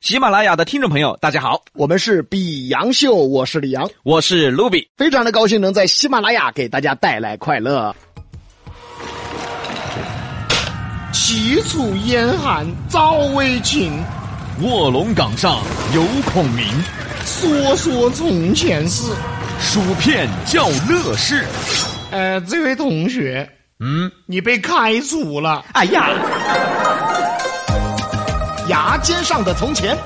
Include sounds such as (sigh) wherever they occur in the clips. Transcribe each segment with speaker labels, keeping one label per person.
Speaker 1: 喜马拉雅的听众朋友，大家好，
Speaker 2: 我们是比杨秀，我是李阳，
Speaker 1: 我是卢比。
Speaker 2: 非常的高兴能在喜马拉雅给大家带来快乐。齐楚燕韩早为秦，
Speaker 3: 卧龙岗上有孔明，
Speaker 2: 说说从前事。
Speaker 3: 薯片叫乐事。
Speaker 2: 呃，这位同学，
Speaker 3: 嗯，
Speaker 2: 你被开除了。
Speaker 1: 哎呀，
Speaker 2: 牙尖上的从前，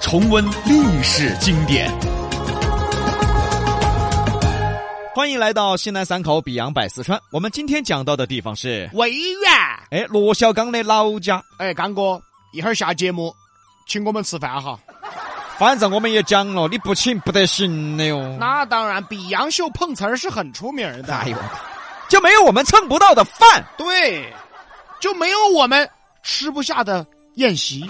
Speaker 3: 重温历史经典。
Speaker 1: 欢迎来到西南三口比洋百四川。我们今天讲到的地方是，
Speaker 2: 委员，
Speaker 1: 哎，罗小刚的老家。
Speaker 2: 哎，刚哥，一会儿下节目，请我们吃饭哈。
Speaker 1: 反正我们也讲了，你不请不得行的哟。
Speaker 2: 那当然，比杨秀碰瓷儿是很出名的。
Speaker 1: 哎呦，就没有我们蹭不到的饭。
Speaker 2: 对，就没有我们吃不下的宴席。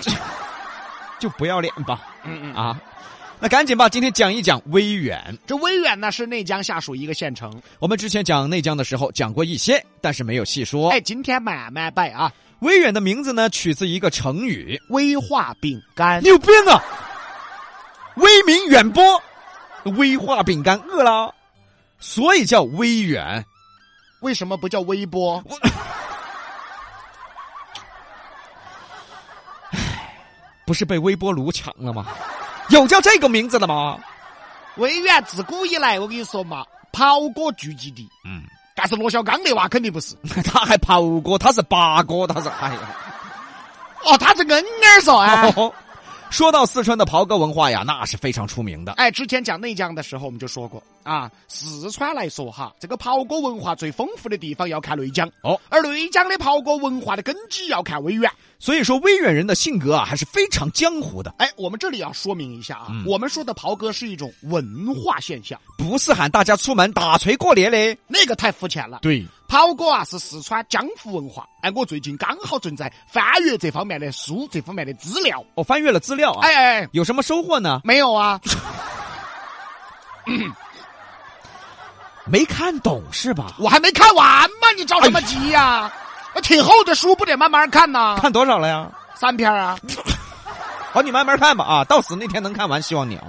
Speaker 1: 就不要脸吧。嗯嗯啊，那赶紧吧，今天讲一讲威远。
Speaker 2: 这威远呢是内江下属一个县城。
Speaker 1: 我们之前讲内江的时候讲过一些，但是没有细说。
Speaker 2: 哎，今天买卖拜啊，
Speaker 1: 威远的名字呢，取自一个成语
Speaker 2: 威化饼干
Speaker 1: “你。有病啊”，威名远播，威化饼干饿了，所以叫威远。
Speaker 2: 为什么不叫微波？
Speaker 1: 不是被微波炉抢了
Speaker 2: (laughs)
Speaker 1: 吗？有叫这个名字的吗？
Speaker 2: 威远自古以来，我跟你说嘛，跑哥聚集地。
Speaker 1: 嗯，
Speaker 2: 但是罗小刚那娃肯定不是。
Speaker 1: 他还跑过，他是八哥，他是哎呀。
Speaker 2: 哦，他是恩儿嗦哎。
Speaker 1: 哦说到四川的袍哥文化呀，那是非常出名的。
Speaker 2: 哎，之前讲内江的时候，我们就说过啊，四川来说哈，这个袍哥文化最丰富的地方要看内江
Speaker 1: 哦，
Speaker 2: 而内江的袍哥文化的根基要看威远。
Speaker 1: 所以说，威远人的性格啊，还是非常江湖的，
Speaker 2: 哎，我们这里要说明一下啊，
Speaker 1: 嗯
Speaker 2: 我们说的袍哥是一种文化现象，
Speaker 1: 不是喊大家出门打锤过猎嘞。
Speaker 2: 那个太肤浅了。
Speaker 1: 对，
Speaker 2: 袍哥啊是四川江湖文化，哎，我最近刚好正在翻阅这方面的书，这方面的资料。
Speaker 1: 我翻阅了资料啊，
Speaker 2: 哎哎，哎
Speaker 1: 有什么收获呢？
Speaker 2: 没有啊，
Speaker 1: 没看懂是吧？
Speaker 2: 我还没看完嘛，你着什么急呀、那挺厚的书，不得慢慢看呐、
Speaker 1: 看多少了呀？
Speaker 2: 三篇啊，
Speaker 1: 好，你慢慢看吧啊，到死那天能看完，希望你啊。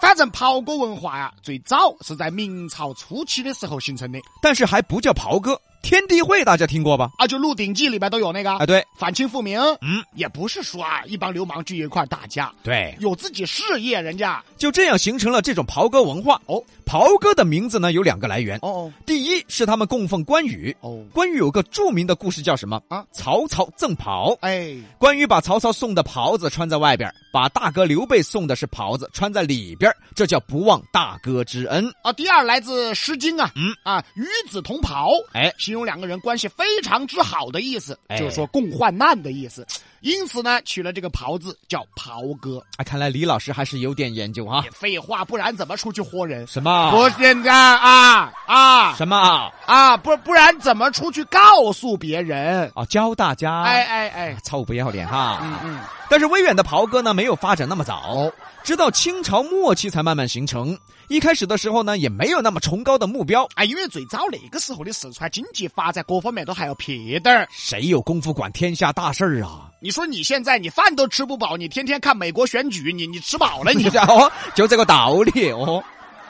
Speaker 2: 反正袍哥文化呀、最早是在明朝初期的时候形成的
Speaker 1: 但是还不叫袍哥，天地会大家听过吧？
Speaker 2: 啊，就《鹿鼎记》里边都有那个
Speaker 1: 啊，对，
Speaker 2: 反清复明。
Speaker 1: 嗯，
Speaker 2: 也不是说啊，一帮流氓聚一块儿打架，
Speaker 1: 对，
Speaker 2: 有自己事业，人家
Speaker 1: 就这样形成了这种袍哥文化。
Speaker 2: 哦，
Speaker 1: 袍哥的名字呢有两个来源，
Speaker 2: 哦
Speaker 1: 第一是他们供奉关羽，
Speaker 2: 哦，
Speaker 1: 关羽有个著名的故事叫什么
Speaker 2: 啊
Speaker 1: 曹操赠袍。
Speaker 2: 哎，
Speaker 1: 关羽把曹操送的袍子穿在外边，把大哥刘备送的是袍子穿在里边，这叫不忘大哥之恩。
Speaker 2: 啊，第二来自《诗经》啊，
Speaker 1: 嗯
Speaker 2: 啊，与子同袍，
Speaker 1: 哎，
Speaker 2: 形容两个人关系非常之好的意思，
Speaker 1: 哎
Speaker 2: 就是说共患难的意思。因此呢，取了这个袍字叫袍哥。
Speaker 1: 啊，看来李老师还是有点研究啊
Speaker 2: 也。废话，不然怎么出去活人？
Speaker 1: 什么？
Speaker 2: 不是啊啊啊
Speaker 1: 什么啊？
Speaker 2: 啊！不不然怎么出去告诉别人？
Speaker 1: 哦，教大家。
Speaker 2: 哎哎哎，
Speaker 1: 臭不要脸哈！
Speaker 2: 嗯嗯，
Speaker 1: 但是威远的袍哥呢，没有发展那么
Speaker 2: 哦
Speaker 1: 早，直到清朝末期才慢慢形成。一开始的时候呢，也没有那么崇高的目标，
Speaker 2: 哎，因为最早那个时候的四川经济发展各方面都还要撇点儿。
Speaker 1: 谁有功夫管天下大事儿啊？？
Speaker 2: 你说你现在你饭都吃不饱，你天天看美国选举，你你吃饱哎了你
Speaker 1: (laughs) 哦，就这个道理哦。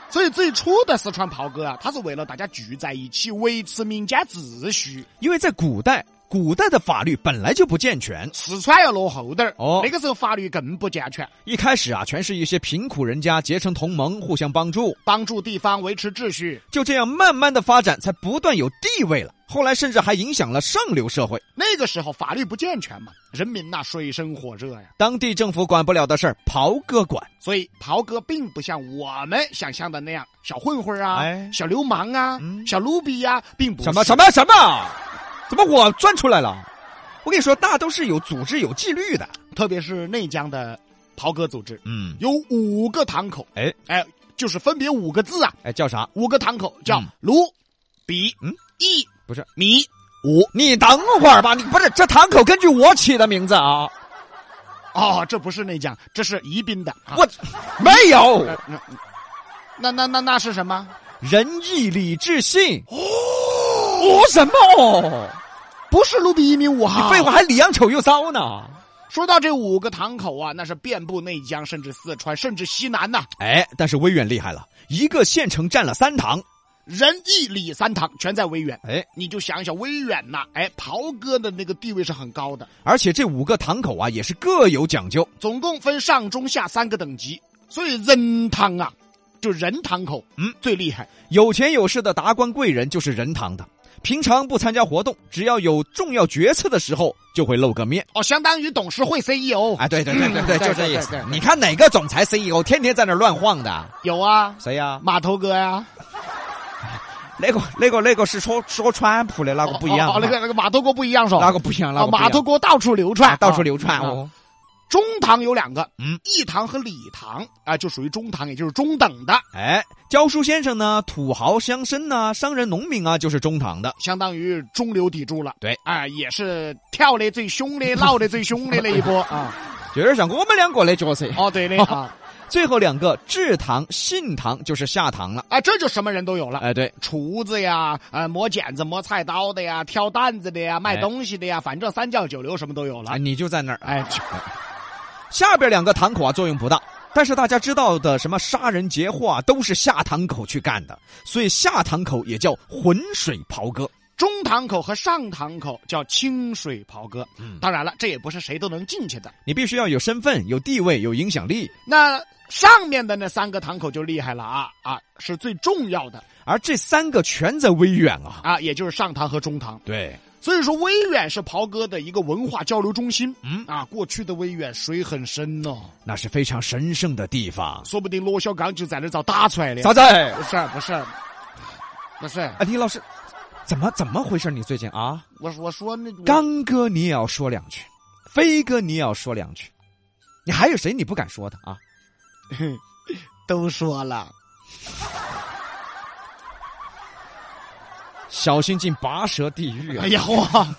Speaker 2: 所以最初的四川袍哥啊，它是为了大家聚在一起，维持民间秩序。
Speaker 1: 因为在古代，古代的法律本来就不健全，
Speaker 2: 四川要落后点儿，
Speaker 1: 哦
Speaker 2: 那个时候法律更不健全，
Speaker 1: 一开始啊，全是一些贫苦人家结成同盟，互相帮助，
Speaker 2: 帮助地方维持秩序。
Speaker 1: 就这样慢慢的发展，才不断有地位了。后来甚至还影响了上流社会，
Speaker 2: 那个时候法律不健全嘛，人民呐水深火热呀。
Speaker 1: 当地政府管不了的事儿，袍哥管。
Speaker 2: 所以袍哥并不像我们想象的那样小混混啊、
Speaker 1: 哎
Speaker 2: 小流氓啊、
Speaker 1: 嗯
Speaker 2: 小卢比呀、并不
Speaker 1: 什么什
Speaker 2: 么。
Speaker 1: 么什么？怎么我钻出来了？我跟你说，大都是有组织、有纪律的。
Speaker 2: 特别是内江的袍哥组织，
Speaker 1: 嗯，
Speaker 2: 有五个堂口，
Speaker 1: 哎
Speaker 2: 哎，就是分别五个字啊，
Speaker 1: 哎，叫啥？
Speaker 2: 五个堂口叫
Speaker 1: 嗯
Speaker 2: 卢、比、
Speaker 1: 嗯
Speaker 2: 义、
Speaker 1: 不是
Speaker 2: 米。
Speaker 1: 五？你等会儿吧，你不是这堂口根据我起的名字啊？
Speaker 2: 哦，这不是内江，这是宜宾的。啊
Speaker 1: 我没有
Speaker 2: 呃那那那那那是什么？
Speaker 1: 仁义礼智信哦，什么？啊
Speaker 2: 不是卢比一米五
Speaker 1: 你
Speaker 2: 哈？
Speaker 1: 废话，还里昂丑又骚呢？
Speaker 2: 说到这五个堂口啊，那是遍布内江，甚至四川，甚至西南呐、
Speaker 1: 哎，但是威远厉害了，一个县城占了三堂。
Speaker 2: 仁义礼三堂全在威远。
Speaker 1: 哎，
Speaker 2: 你就想一想威远呐、哎，袍哥的那个地位是很高的，
Speaker 1: 而且这五个堂口啊，也是各有讲究。
Speaker 2: 总共分上中下三个等级，所以仁堂啊，就仁堂口，
Speaker 1: 嗯，
Speaker 2: 最厉害。
Speaker 1: 有钱有势的达官贵人就是仁堂的，平常不参加活动，只要有重要决策的时候就会露个面。
Speaker 2: 哦，相当于董事会 E CEO。
Speaker 1: 哎，对对对对对，
Speaker 2: 哦嗯对
Speaker 1: 就这意
Speaker 2: 对
Speaker 1: 思
Speaker 2: 对。对
Speaker 1: 你看哪个总裁 CEO 天天在那儿乱晃的？
Speaker 2: 有啊，
Speaker 1: 谁呀、
Speaker 2: 码头哥呀、
Speaker 1: 那个那个那个是说说川普的那个不一样
Speaker 2: 哦，
Speaker 1: 啊，
Speaker 2: 哦那个那个码头哥不一样是吧？
Speaker 1: 那个不一样，那
Speaker 2: 哦，
Speaker 1: 个不一样
Speaker 2: 码头哥到处流窜，
Speaker 1: 啊到处流窜
Speaker 2: 啊
Speaker 1: 哦。
Speaker 2: 中堂有两个，
Speaker 1: 嗯，
Speaker 2: 一堂和礼堂啊，就属于中堂，也就是中等的，
Speaker 1: 哎，教书先生呢，土豪乡绅呢，商人农民啊，就是中堂的。
Speaker 2: 相当于中流砥柱了。
Speaker 1: 对，
Speaker 2: 啊，也是跳的最
Speaker 1: (laughs)
Speaker 2: 凶的，闹的最凶的那一波啊。
Speaker 1: 有点像我们两个的角色。
Speaker 2: 哦，对的啊，
Speaker 1: 最后两个制堂、信堂就是下堂了。
Speaker 2: 啊，这就什么人都有了。
Speaker 1: 哎，对，
Speaker 2: 厨子呀，呃，磨剪子、磨菜刀的呀，挑担子的呀，卖
Speaker 1: 哎
Speaker 2: 东西的呀，反正三教九流什么都有了
Speaker 1: 啊，。你就在那儿。
Speaker 2: 哎，
Speaker 1: 下边两个堂口啊作用不大，但是大家知道的什么杀人劫货啊，都是下堂口去干的，所以下堂口也叫浑水袍哥。
Speaker 2: 中堂口和上堂口叫清水袍哥。
Speaker 1: 嗯，
Speaker 2: 当然了，这也不是谁都能进去的。
Speaker 1: 你必须要有身份、有地位、有影响力，
Speaker 2: 那上面的那三个堂口就厉害了啊啊，是最重要的
Speaker 1: 而这三个全在威远啊。
Speaker 2: 啊，也就是上堂和中堂。
Speaker 1: 对，
Speaker 2: 所以说，威远是袍哥的一个文化交流中心。
Speaker 1: 嗯
Speaker 2: 啊，过去的威远水很深哦，
Speaker 1: 那是非常神圣的地方。
Speaker 2: 说不定罗小刚就在那遭打出来的。
Speaker 1: 啥子？
Speaker 2: 不是不是不是，
Speaker 1: 啊，李老师，怎么怎么回事？你最近啊，
Speaker 2: 我我说那我
Speaker 1: 刚哥你也要说两句，飞哥你也要说两句，你还有谁你不敢说的啊？
Speaker 2: 都说了，
Speaker 1: 小心进拔舌地狱啊
Speaker 2: 哎！呀我。 (laughs)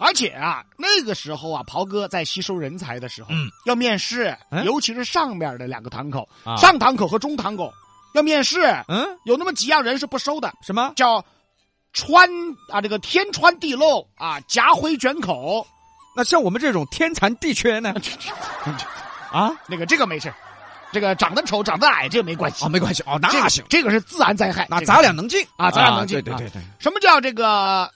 Speaker 2: 而且啊，那个时候啊，袍哥在吸收人才的时候，
Speaker 1: 嗯
Speaker 2: 要面试，
Speaker 1: 嗯
Speaker 2: 尤其是上面的两个堂口，
Speaker 1: 啊
Speaker 2: 上堂口和中堂口要面试，
Speaker 1: 嗯，
Speaker 2: 有那么几样人是不收的，
Speaker 1: 什么？
Speaker 2: 叫川啊，这个天川地漏啊，夹灰卷口，
Speaker 1: 那像我们这种天残地缺呢？啊
Speaker 2: 那个这个没事，这个长得丑长得矮这个没关系
Speaker 1: 哦，，没关系哦，
Speaker 2: 这
Speaker 1: 那
Speaker 2: 个
Speaker 1: 行，，
Speaker 2: 这个是自然灾害。
Speaker 1: 那
Speaker 2: 这个
Speaker 1: 咱俩能进
Speaker 2: 啊咱俩能进
Speaker 1: 对
Speaker 2: 啊
Speaker 1: 对对对，
Speaker 2: 什么叫这个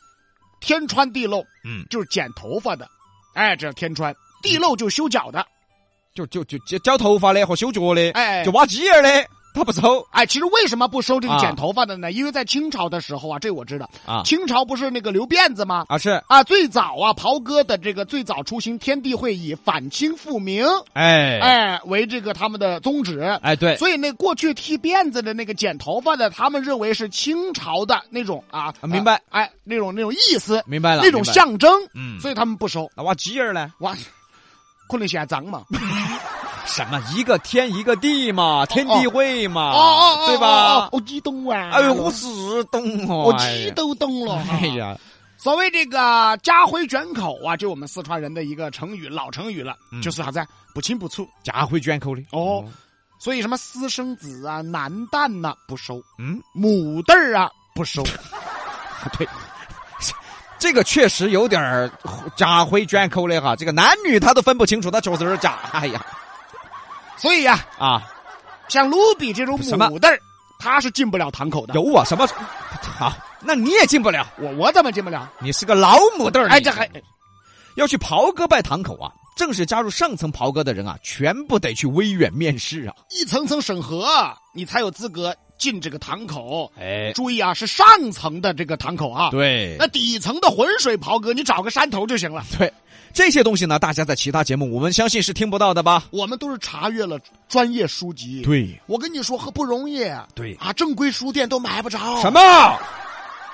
Speaker 2: 天川地漏？
Speaker 1: 嗯，
Speaker 2: 就是剪头发的，哎，这叫天川。地漏就修脚的，
Speaker 1: 就就就就绞头发的和修脚的，
Speaker 2: 哎，
Speaker 1: 就挖鸡眼的，他不收
Speaker 2: 哎，其实为什么不收这个
Speaker 1: 啊
Speaker 2: 剪头发的呢？因为在清朝的时候啊，这我知道，
Speaker 1: 啊
Speaker 2: 清朝不是那个留辫子吗？
Speaker 1: 啊是，
Speaker 2: 啊，最早啊，袍哥的这个最早出行天地会以反清复明，
Speaker 1: 哎哎
Speaker 2: 哎，为这个他们的宗旨。
Speaker 1: 哎对，
Speaker 2: 所以那过去剃辫子的那个剪头发的，他们认为是清朝的那种啊，
Speaker 1: 啊明白？
Speaker 2: 哎，那种那种意思，
Speaker 1: 明白了
Speaker 2: 那种，
Speaker 1: 明白了
Speaker 2: 象征，
Speaker 1: 嗯，
Speaker 2: 所以他们不收。
Speaker 1: 那挖鸡眼呢？
Speaker 2: 哇，可能嫌脏嘛？
Speaker 1: 什么一个天一个地嘛，天地会嘛，
Speaker 2: 哦哦哦，
Speaker 1: 对
Speaker 2: 哦
Speaker 1: 吧
Speaker 2: 哦？我激动啊！
Speaker 1: 哎呦，我是懂哦，
Speaker 2: 我
Speaker 1: 哎
Speaker 2: 激
Speaker 1: 呀，
Speaker 2: 都动了。
Speaker 1: 哎呀，
Speaker 2: 所谓这个“家回卷口”啊，就我们四川人的一个成语，老成语了，
Speaker 1: 嗯
Speaker 2: 就是啥子啊不清不楚。
Speaker 1: 家回卷口的
Speaker 2: 哦，所以什么私生子啊、男蛋呐、不收，
Speaker 1: 嗯，
Speaker 2: 母蛋儿啊不收。
Speaker 1: 这个确实有点儿家回卷口的哈，这个男女他都分不清楚，他确实有点假。哎呀
Speaker 2: 所以啊，
Speaker 1: 啊，
Speaker 2: 像卢比这种
Speaker 1: 什么
Speaker 2: 母蛋儿，他是进不了堂口的。
Speaker 1: 有啊，什么 (laughs) 好？那你也进不了，
Speaker 2: 我我怎么进不了？
Speaker 1: 你是个老母蛋儿。
Speaker 2: 哎，
Speaker 1: 你
Speaker 2: 这还
Speaker 1: 要去袍哥拜堂口啊！正式加入上层袍哥的人啊，全部得去威远面试啊。
Speaker 2: 一层层审核，你才有资格进这个堂口。
Speaker 1: 哎，
Speaker 2: 注意啊，是上层的这个堂口啊。
Speaker 1: 对
Speaker 2: 那，底层的浑水袍哥，你找个山头就行了。
Speaker 1: 这些东西呢，大家在其他节目我们相信是听不到的吧？
Speaker 2: 我们都是查阅了专业书籍。，
Speaker 1: 对
Speaker 2: 我跟你说，和不容易啊，
Speaker 1: 对，
Speaker 2: 正规书店都买不着。
Speaker 1: 什？么？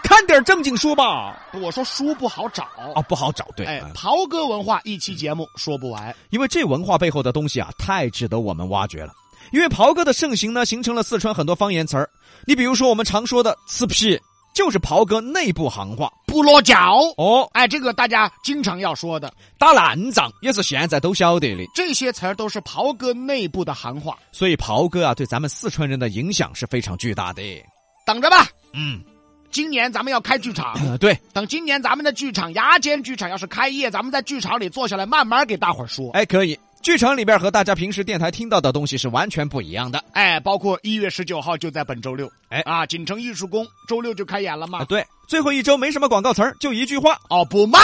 Speaker 1: 看点正经书吧。
Speaker 2: 我说书不好找。
Speaker 1: 啊，不好找，对，
Speaker 2: 哎
Speaker 1: 嗯，
Speaker 2: 袍哥文化一期节目说不完。
Speaker 1: 因为这文化背后的东西啊，太值得我们挖掘了。因为袍哥的盛行呢，形成了四川很多方言词儿。你比如说我们常说的“呲屁”，就是袍哥内部行话
Speaker 2: 不落脚，
Speaker 1: 哦。
Speaker 2: 哎，这个大家经常要说的，
Speaker 1: 打烂仗也是现在都晓得的。
Speaker 2: 这些词儿都是袍哥内部的行话。
Speaker 1: 所以袍哥啊，对咱们四川人的影响是非常巨大的。
Speaker 2: 等着吧，
Speaker 1: 嗯， (clears throat)
Speaker 2: 今年咱们要开剧
Speaker 1: (coughs)
Speaker 2: 场，
Speaker 1: 呃对，
Speaker 2: 等今年咱们的剧场牙尖剧场要是开业，咱们在剧场里坐下来慢慢给大伙儿说。
Speaker 1: 哎，可以。剧场里边和大家平时电台听到的东西是完全不一样的。
Speaker 2: 哎，包括一月十九号就在本周六，
Speaker 1: 哎
Speaker 2: 啊，锦城艺术宫周六就开演了
Speaker 1: 啊，
Speaker 2: 嘛。
Speaker 1: 对，最后一周没什么广告词儿，就一句话。
Speaker 2: 哦，不卖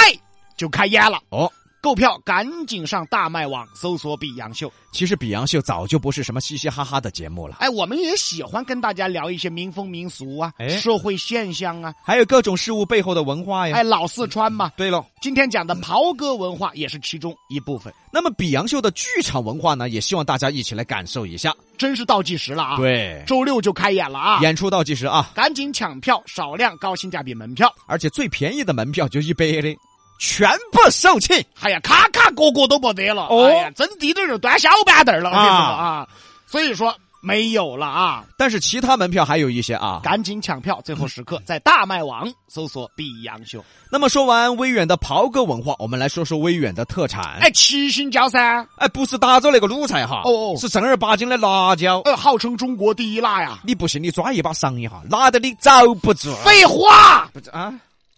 Speaker 2: 就开业了，
Speaker 1: 哦，
Speaker 2: 购票赶紧上大麦网搜索“比洋秀
Speaker 1: 其实比洋秀早就不是什么嘻嘻哈哈的节目”。了，
Speaker 2: 哎，我们也喜欢跟大家聊一些民风民俗啊，
Speaker 1: 哎
Speaker 2: 社会现象啊，
Speaker 1: 还有各种事物背后的文化呀。
Speaker 2: 哎，老四川嘛。
Speaker 1: 对喽，
Speaker 2: 今天讲的袍哥文化也是其中一部分，
Speaker 1: 那么比洋秀的剧场文化呢，也希望大家一起来感受一下。
Speaker 2: 真是倒计时了啊！，
Speaker 1: 对，
Speaker 2: 周六就开演了啊！
Speaker 1: 演出倒计时啊，
Speaker 2: 赶紧抢票，少量高性价比门票。
Speaker 1: 而且最便宜的门票就一百的，全部售罄。
Speaker 2: 哎呀，卡卡个个都没得了，
Speaker 1: 哦
Speaker 2: 哎呀，真地都是端小板凳了，我跟你说啊，所以说没有了啊，
Speaker 1: 但是其他门票还有一些啊。
Speaker 2: 赶紧抢票，最后时刻在大麦网搜索“毕杨秀
Speaker 1: 那么说完威远的袍哥文化，我们来说说威远的特”。产。
Speaker 2: 哎，七星椒噻，
Speaker 1: 哎，不是打着那个卤菜哈，
Speaker 2: 哦哦
Speaker 1: 是正儿八经的辣椒。
Speaker 2: 呃，号称中国第一辣呀，
Speaker 1: 你不信，你抓一把赏一下，辣的你遭不住。
Speaker 2: 废话，
Speaker 1: 不是啊，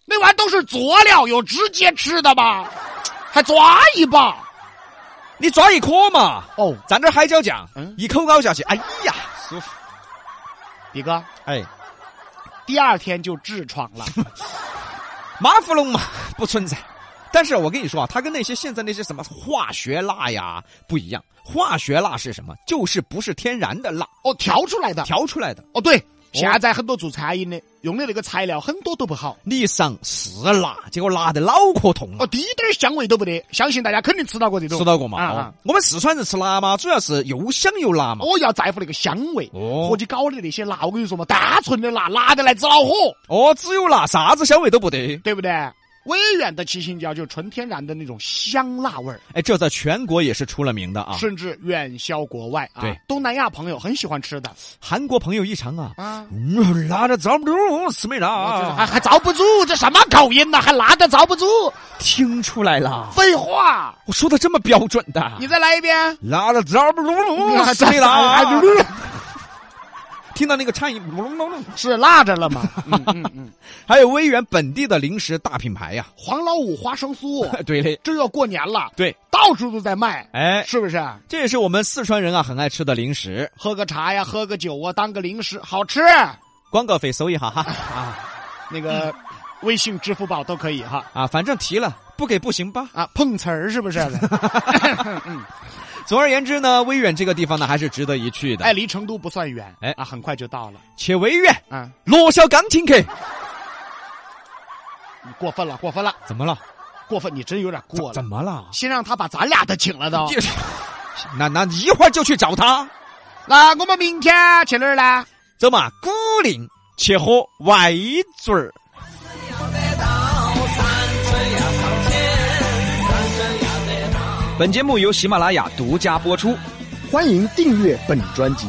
Speaker 2: 那玩意儿都是佐料，有直接吃的吗？还抓一把？
Speaker 1: 你抓一颗嘛，
Speaker 2: 哦，
Speaker 1: 蘸点海椒酱，
Speaker 2: 嗯
Speaker 1: 一口咬下去，哎呀，舒服。
Speaker 2: 比哥，
Speaker 1: 哎，
Speaker 2: 第二天就痔疮
Speaker 1: (laughs)
Speaker 2: 了，
Speaker 1: 马芙龙嘛 (laughs) 不存在。但是我跟你说啊，它跟那些现在那些什么化学辣呀不一样。化学辣是什么？就是不是天然的辣，
Speaker 2: 哦，调出来的，
Speaker 1: 调出来的。
Speaker 2: 哦，对，现在很多做餐饮的用的那个材料很多都不好。
Speaker 1: 你一上是辣，结果辣得脑壳痛
Speaker 2: 哦，
Speaker 1: 了。
Speaker 2: 滴点儿香味都不得，相信大家肯定吃到过这种。
Speaker 1: 吃到过嘛？
Speaker 2: 啊
Speaker 1: 哦
Speaker 2: 啊，
Speaker 1: 我们四川人吃辣嘛，主要是又香又辣嘛。
Speaker 2: 我哦要在乎那个香味，
Speaker 1: 哦
Speaker 2: 伙计搞的那些辣，我跟你说嘛，单纯的辣，辣得来直恼火，
Speaker 1: 哦，只有辣，啥子香味都不得。
Speaker 2: 对不对？威远的七星椒就是纯天然的那种香辣味儿，
Speaker 1: 哎，这在全国也是出了名的啊。
Speaker 2: 甚至远销国外啊。
Speaker 1: 对，
Speaker 2: 东南亚朋友很喜欢吃的
Speaker 1: 韩国朋友一尝啊，
Speaker 2: 啊，
Speaker 1: 嗯，辣的遭不住，吃没辣
Speaker 2: 就是
Speaker 1: 啊
Speaker 2: 还？还遭不住，这什么口音呐、还辣得遭不住，
Speaker 1: 听出来了，
Speaker 2: 废话，
Speaker 1: 我说的这么标准的。
Speaker 2: 你再来一遍。
Speaker 1: 辣了滋儿不噜 (laughs) 哎噜，
Speaker 2: 还
Speaker 1: 还没
Speaker 2: 还
Speaker 1: 辣
Speaker 2: 还还，
Speaker 1: 听到那个颤音，噜噜噜噜。
Speaker 2: (laughs) 是辣着了嘛？嗯嗯嗯，
Speaker 1: 还有威远本地的零食大品牌呀，
Speaker 2: 黄老五花
Speaker 1: (laughs)
Speaker 2: 生酥，
Speaker 1: 对嘞，
Speaker 2: 这要过年了，
Speaker 1: 对，
Speaker 2: 到处都在卖，
Speaker 1: 哎，
Speaker 2: 是不是？
Speaker 1: 这也是我们四川人啊很爱吃的零食。
Speaker 2: 喝个茶呀，喝个酒啊，当个零食，好吃。
Speaker 1: 广告费收一下 (laughs) 哈
Speaker 2: 那
Speaker 1: 嗯
Speaker 2: 个微信、支付宝都可以哈。
Speaker 1: 啊，反正提了不给不行吧。
Speaker 2: 啊，嗯碰瓷儿是不是？
Speaker 1: (laughs) 总而言之呢，威远这个地方呢还是值得一去的。
Speaker 2: 哎，离成都不算远，
Speaker 1: 哎
Speaker 2: 啊，很快就到了。
Speaker 1: 且威远
Speaker 2: 啊，
Speaker 1: 罗小刚请客，
Speaker 2: 你过分了，过分了，
Speaker 1: 怎么了？
Speaker 2: 过分，你真有点过了。
Speaker 1: 嗯怎么了？
Speaker 2: 先让他把咱俩的请了都。
Speaker 1: 就是 (laughs) 那那一会儿就去找他，
Speaker 2: 那我们明天去哪儿呢？
Speaker 1: 走嘛，古岭去喝歪嘴儿。
Speaker 3: 本节目由喜马拉雅独家播出。
Speaker 4: 欢迎订阅本专辑，